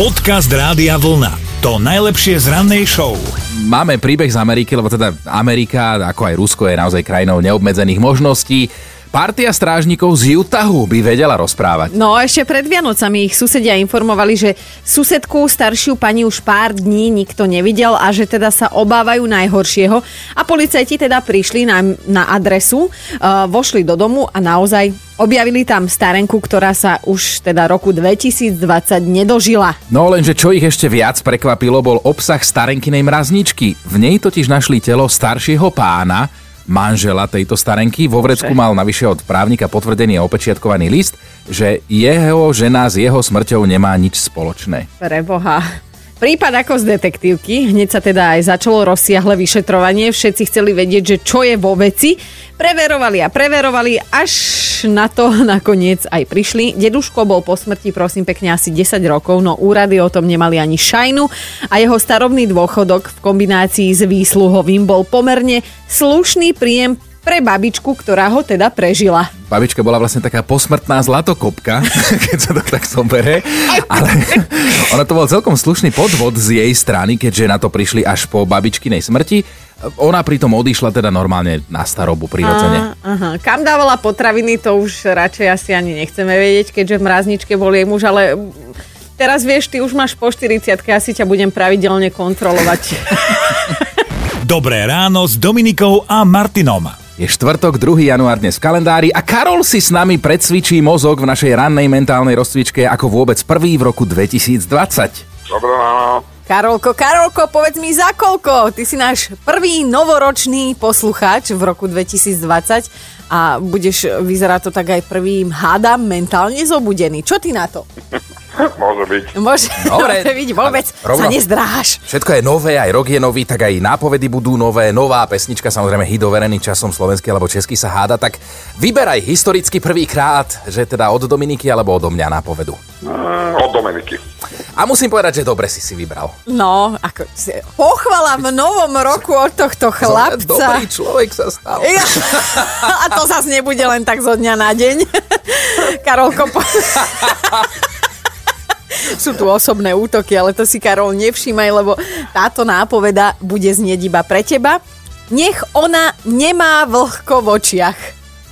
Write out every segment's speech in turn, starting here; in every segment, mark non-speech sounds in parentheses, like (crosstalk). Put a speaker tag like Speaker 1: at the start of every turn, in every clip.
Speaker 1: Podcast Rádia Vlna. To najlepšie z rannej show.
Speaker 2: Máme príbeh z Ameriky, lebo teda Amerika, ako aj Rusko, je naozaj krajinou neobmedzených možností. Partia strážnikov z Utahu by vedela rozprávať.
Speaker 3: No ešte pred Vianocami ich susedia informovali, že susedku staršiu pani už pár dní nikto nevidel a že teda sa obávajú najhoršieho. A policajti teda prišli na, na adresu, e, vošli do domu a naozaj objavili tam starenku, ktorá sa už teda roku 2020 nedožila.
Speaker 2: No lenže čo ich ešte viac prekvapilo, bol obsah starenkynej mrazničky. V nej totiž našli telo staršieho pána, manžela tejto starenky. Vo vrecku mal navyše od právnika potvrdený a opečiatkovaný list, že jeho žena s jeho smrťou nemá nič spoločné.
Speaker 3: Preboha. Prípad ako z detektívky, hneď sa teda aj začalo rozsiahle vyšetrovanie, všetci chceli vedieť, že čo je vo veci. Preverovali a preverovali, až na to nakoniec aj prišli. Deduško bol po smrti prosím pekne asi 10 rokov, no úrady o tom nemali ani šajnu a jeho starobný dôchodok v kombinácii s výsluhovým bol pomerne slušný príjem pre babičku, ktorá ho teda prežila.
Speaker 2: Babička bola vlastne taká posmrtná zlatokopka, (laughs) keď sa to tak zobere, ale ono to bol celkom slušný podvod z jej strany, keďže na to prišli až po babičkinej smrti. Ona pritom odišla teda normálne na starobu prirodzene.
Speaker 3: Á, Aha, kam dávala potraviny, to už radšej asi ani nechceme vedieť, keďže v mrazničke bol jej muž, ale teraz vieš, ty už máš po 40 asi ťa budem pravidelne kontrolovať.
Speaker 1: Dobré ráno s Dominikou a Martinom.
Speaker 2: Je štvrtok, 2. január dnes v kalendári a Karol si s nami precvičí mozog v našej rannej mentálnej rozcvičke ako vôbec prvý v roku 2020.
Speaker 4: Dobré ráno.
Speaker 3: (laughs) Karolko, Karolko, povedz mi za koľko? Ty si náš prvý novoročný poslucháč v roku 2020 a budeš, vyzerá to tak aj prvým, hádam, mentálne zobudený. Čo ty na to?
Speaker 4: Môže byť.
Speaker 3: Môže,
Speaker 2: (laughs)
Speaker 3: (laughs)
Speaker 2: Dobre.
Speaker 3: môže byť, vôbec sa
Speaker 2: Rovno.
Speaker 3: nezdráš.
Speaker 2: Všetko je nové, aj rok je nový, tak aj nápovedy budú nové, nová pesnička, samozrejme hit overený časom slovenský alebo český sa háda, tak vyberaj historicky prvýkrát, že teda od Dominiky alebo odo mňa nápovedu.
Speaker 4: Mm, Od Dominiky.
Speaker 2: A musím povedať, že dobre si si vybral.
Speaker 3: No, ako, pochvala v novom roku od tohto
Speaker 2: Dobrý
Speaker 3: chlapca.
Speaker 2: človek sa stal.
Speaker 3: Ja, (laughs) a to zase nebude len tak zo dňa na deň. (laughs) Karolko, po... (laughs) Sú tu osobné útoky, ale to si Karol nevšímaj, lebo táto nápoveda bude znieť iba pre teba. Nech ona nemá vlhko v očiach.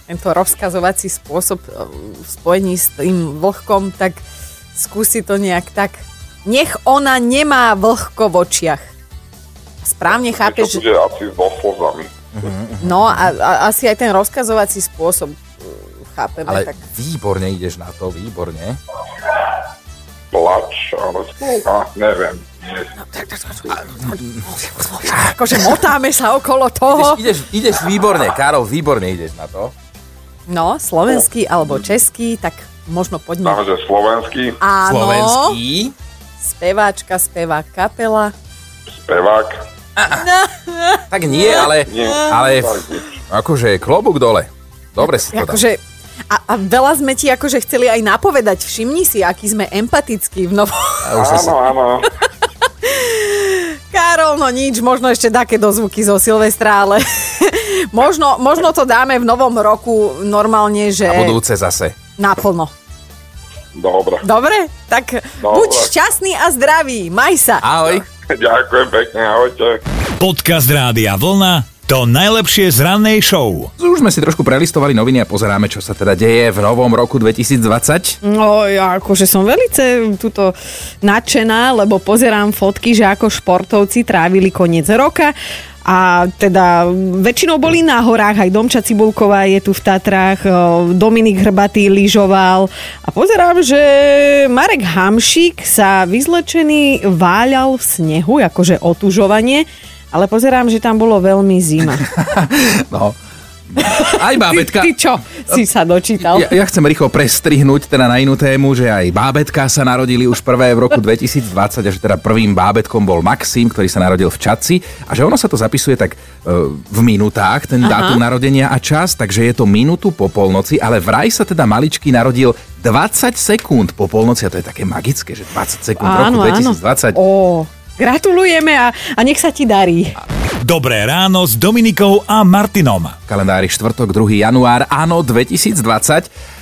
Speaker 3: Tento rozkazovací spôsob eh, v spojení s tým vlhkom, tak skúsi to nejak tak. Nech ona nemá vlhko v očiach. Správne chápeš,
Speaker 4: Niečo bude asi s oslovami.
Speaker 3: No a, a asi aj ten rozkazovací spôsob mm, chápeme.
Speaker 2: Ale
Speaker 3: Ale... Tak.
Speaker 2: výborne ideš na to, výborne.
Speaker 4: Plač, ale skúka, neviem. Nie.
Speaker 3: Akože motáme sa okolo
Speaker 2: Ideš,
Speaker 3: toho.
Speaker 2: ideš, ideš výborne, Karol, výborne ideš na to.
Speaker 3: No, slovenský alebo český, tak možno poďme.
Speaker 4: Dáme, že slovenský
Speaker 3: Áno,
Speaker 2: Slovenský.
Speaker 3: speváčka, spevá kapela.
Speaker 4: spevák.
Speaker 2: Tak nie, ale,
Speaker 4: Nie.
Speaker 2: ale akože klobúk dole. Dobre si to dal.
Speaker 3: Akože, a, a veľa sme ti akože chceli aj napovedať. Všimni si, aký sme empatickí v novom. (laughs)
Speaker 2: A už si-
Speaker 4: Áno, áno.
Speaker 3: Karol, no nič, možno ešte také dozvuky zo Silvestra, ale (laughs) možno, možno to dáme v novom roku normálne, že
Speaker 2: A budúce zase.
Speaker 3: naplno.
Speaker 4: Dobre. (laughs)
Speaker 3: Dobre, tak
Speaker 4: Dobre.
Speaker 3: buď šťastný a zdravý, maj sa.
Speaker 2: Ahoj.
Speaker 4: Ďakujem pekne, ahojte.
Speaker 1: Podcast Rádia Vlna. To najlepšie z rannej show.
Speaker 2: Už sme si trošku prelistovali noviny a pozeráme, čo sa teda deje v novom roku 2020.
Speaker 3: No ja akože som velice tuto nadšená, lebo pozerám fotky, že ako športovci trávili koniec roka a teda väčšinou boli na horách, aj Domča Cibulková je tu v Tatrách, e, Dominik Hrbatý lyžoval a pozerám, že Marek Hamšík sa vyzlečený váľal v snehu, akože otužovanie, ale pozerám, že tam bolo veľmi zima.
Speaker 2: (laughs) No. Aj bábetka.
Speaker 3: Ty čo si sa dočítal?
Speaker 2: Ja, ja chcem rýchlo prestrihnúť teda na inú tému, že aj bábetka sa narodili už prvé v roku 2020 a že teda prvým bábetkom bol Maxim, ktorý sa narodil v Čaci a že ono sa to zapisuje tak e, v minutách, ten Aha. dátum narodenia a čas, takže je to minútu po polnoci, ale vraj sa teda maličký narodil 20 sekúnd po polnoci a to je také magické, že 20 sekúnd v roku 2020.
Speaker 3: Ó, gratulujeme a, a nech sa ti darí.
Speaker 1: Dobré ráno s Dominikou a Martinom.
Speaker 2: kalendári štvrtok 2. január, áno 2020.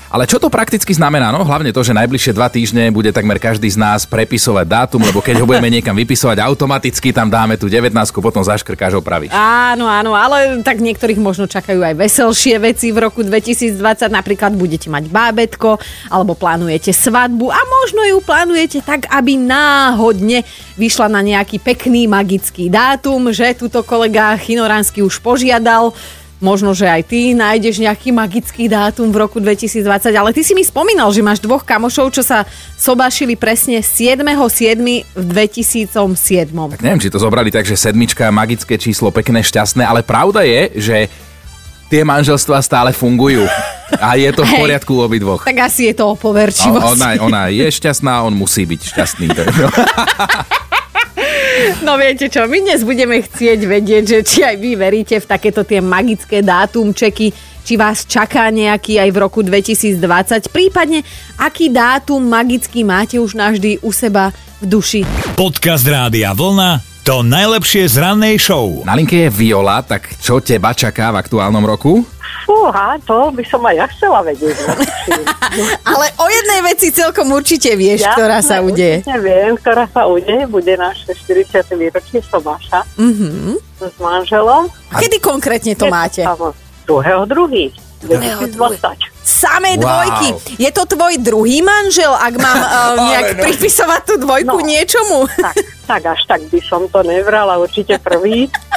Speaker 2: A Ale čo to prakticky znamená? No hlavne to, že najbližšie dva týždne bude takmer každý z nás prepisovať dátum, lebo keď ho budeme niekam vypisovať automaticky, tam dáme tú 19, potom zaškrkáš opravíš.
Speaker 3: Áno, áno, ale tak niektorých možno čakajú aj veselšie veci v roku 2020. Napríklad budete mať bábetko, alebo plánujete svadbu a možno ju plánujete tak, aby náhodne vyšla na nejaký pekný magický dátum, že tuto kolega Chinoránsky už požiadal. Možno, že aj ty nájdeš nejaký magický dátum v roku 2020, ale ty si mi spomínal, že máš dvoch kamošov, čo sa sobášili presne 7.7. v 2007.
Speaker 2: Tak neviem, či to zobrali tak, že sedmička, magické číslo, pekné, šťastné, ale pravda je, že tie manželstvá stále fungujú. A je to v
Speaker 3: Hej.
Speaker 2: poriadku obidvoch.
Speaker 3: Tak asi je to
Speaker 2: No,
Speaker 3: o poverčivosti.
Speaker 2: ona, ona je šťastná, on musí byť šťastný. To je- no.
Speaker 3: No viete čo, my dnes budeme chcieť vedieť, že či aj vy veríte v takéto tie magické dátumčeky, či vás čaká nejaký aj v roku 2020, prípadne aký dátum magický máte už navždy u seba v duši.
Speaker 1: Podcast Rádia Vlna to najlepšie z rannej show.
Speaker 2: Na linke je Viola, tak čo teba čaká v aktuálnom roku?
Speaker 5: Fúha, to by som aj ja chcela vedieť.
Speaker 3: (laughs)
Speaker 5: no.
Speaker 3: Ale o jednej veci celkom určite vieš,
Speaker 5: Ja
Speaker 3: ktorá sa
Speaker 5: určite
Speaker 3: udeje.
Speaker 5: viem, ktorá sa udeje. Bude naše 40. výročie Sobaša mm-hmm. s manželom.
Speaker 3: A kedy konkrétne Mhm. to máte?
Speaker 5: Áno, Druhého druhý.
Speaker 3: Druhého druhý.
Speaker 5: 2020.
Speaker 3: Samé
Speaker 2: Wow.
Speaker 3: dvojky. Je to tvoj druhý manžel, ak mám eh, nejak pripisovať tú dvojku
Speaker 5: No.
Speaker 3: niečomu?
Speaker 5: Tak, tak až tak by som to nevrala, určite prvý. Určite
Speaker 3: (laughs)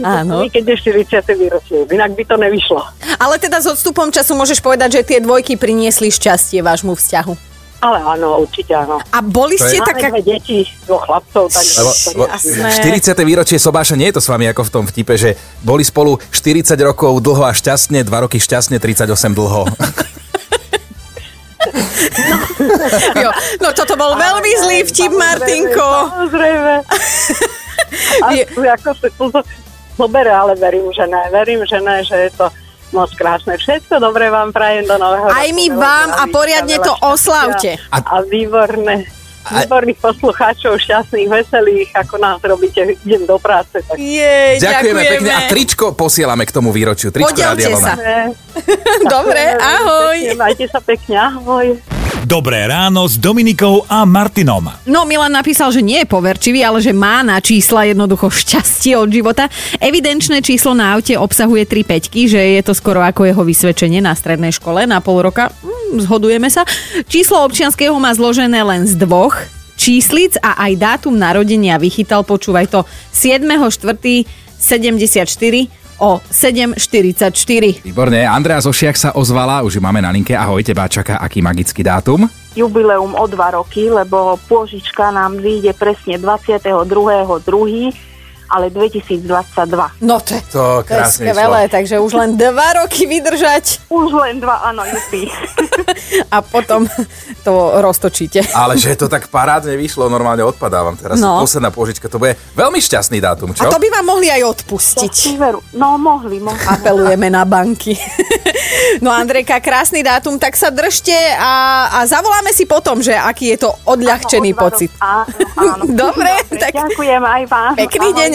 Speaker 3: Áno.
Speaker 5: prvý, Keď je 40. výročie, inak by to nevyšlo.
Speaker 3: Ale teda s odstupom času môžeš povedať, že tie dvojky priniesli šťastie vášmu vzťahu.
Speaker 5: Ale áno, určite áno.
Speaker 3: A boli
Speaker 2: To je-
Speaker 3: ste
Speaker 5: Máme
Speaker 3: taká...
Speaker 5: dve deti, dvoch chlapcov, tak...
Speaker 2: Lebo,
Speaker 5: to
Speaker 2: lebo
Speaker 3: Jasné.
Speaker 2: 40. výročie Sobáša nie je to s vami ako v tom vtipe, že boli spolu 40 rokov dlho a šťastne, 2 roky šťastne, 38
Speaker 3: (laughs)
Speaker 2: dlho. (laughs)
Speaker 3: Jo, no toto bol veľmi zlý vtip,
Speaker 5: Samozrejme,
Speaker 3: Martinko.
Speaker 5: Samozrejme. A
Speaker 3: Je-
Speaker 5: tu ako si to zo- zoberie, ale verím, že ne. Verím, že ne, že je to moc krásne. Všetko dobre vám prajem do nového
Speaker 3: Aj
Speaker 5: roku,
Speaker 3: my
Speaker 5: veľa
Speaker 3: vám a
Speaker 5: zdravia,
Speaker 3: poriadne
Speaker 5: veľa
Speaker 3: to
Speaker 5: šťastia
Speaker 3: oslavte.
Speaker 5: A, a výborné.
Speaker 2: A-
Speaker 5: Výborných poslucháčov, šťastných, veselých, ako nás robíte, idem do práce. Tak...
Speaker 3: Jej,
Speaker 2: Ďakujeme,
Speaker 3: ďakujeme.
Speaker 2: pekne a tričko posielame k tomu výročiu. Tričko
Speaker 3: Podielte
Speaker 2: Rádia Vlna.
Speaker 3: sa. (laughs) Dobre,
Speaker 5: Ďakujeme veľmi
Speaker 3: ahoj.
Speaker 5: pekne, Majte sa pekne, ahoj.
Speaker 1: Dobré ráno s Dominikou a Martinom.
Speaker 3: No, Milan napísal, že nie je poverčivý, ale že má na čísla jednoducho šťastie od života. Evidenčné číslo na aute obsahuje tri peťky, že je to skoro ako jeho vysvedčenie na strednej škole na pol roka. Mm, zhodujeme sa. Číslo občianského má zložené len z dvoch číslic a aj dátum narodenia vychytal, počúvaj to, 7.4.74 o 7.44.
Speaker 2: Výborne, Andrea Zošiak sa ozvala, už ju máme na linke. Ahoj, teba čaká aký magický dátum?
Speaker 6: jubileum o dva roky, lebo pôžička nám vyjde presne 22.2., ale 2022.
Speaker 3: No to, je-
Speaker 2: To
Speaker 3: to je
Speaker 2: krásne
Speaker 3: skvelé, takže už len dva roky vydržať
Speaker 6: Už len dva, áno, jupi.
Speaker 3: (laughs) a potom to roztočíte.
Speaker 2: Ale že to tak parádne vyšlo, normálne odpadávam teraz.
Speaker 3: No.
Speaker 2: Posledná pôžička, to bude veľmi šťastný dátum, čo?
Speaker 3: A to by vám mohli aj
Speaker 6: (laughs)
Speaker 3: odpustiť.
Speaker 6: Veru, no mohli, mohli.
Speaker 3: Apelujeme na banky. (laughs) No Andrejka, krásny dátum, tak sa držte a, a zavoláme si potom, že aký je to odľahčený
Speaker 6: Áno, o dva
Speaker 3: pocit.
Speaker 6: roky, Áno, áno.
Speaker 3: (laughs) Dobre, tak
Speaker 6: Ďakujem aj vám.
Speaker 3: pekný deň,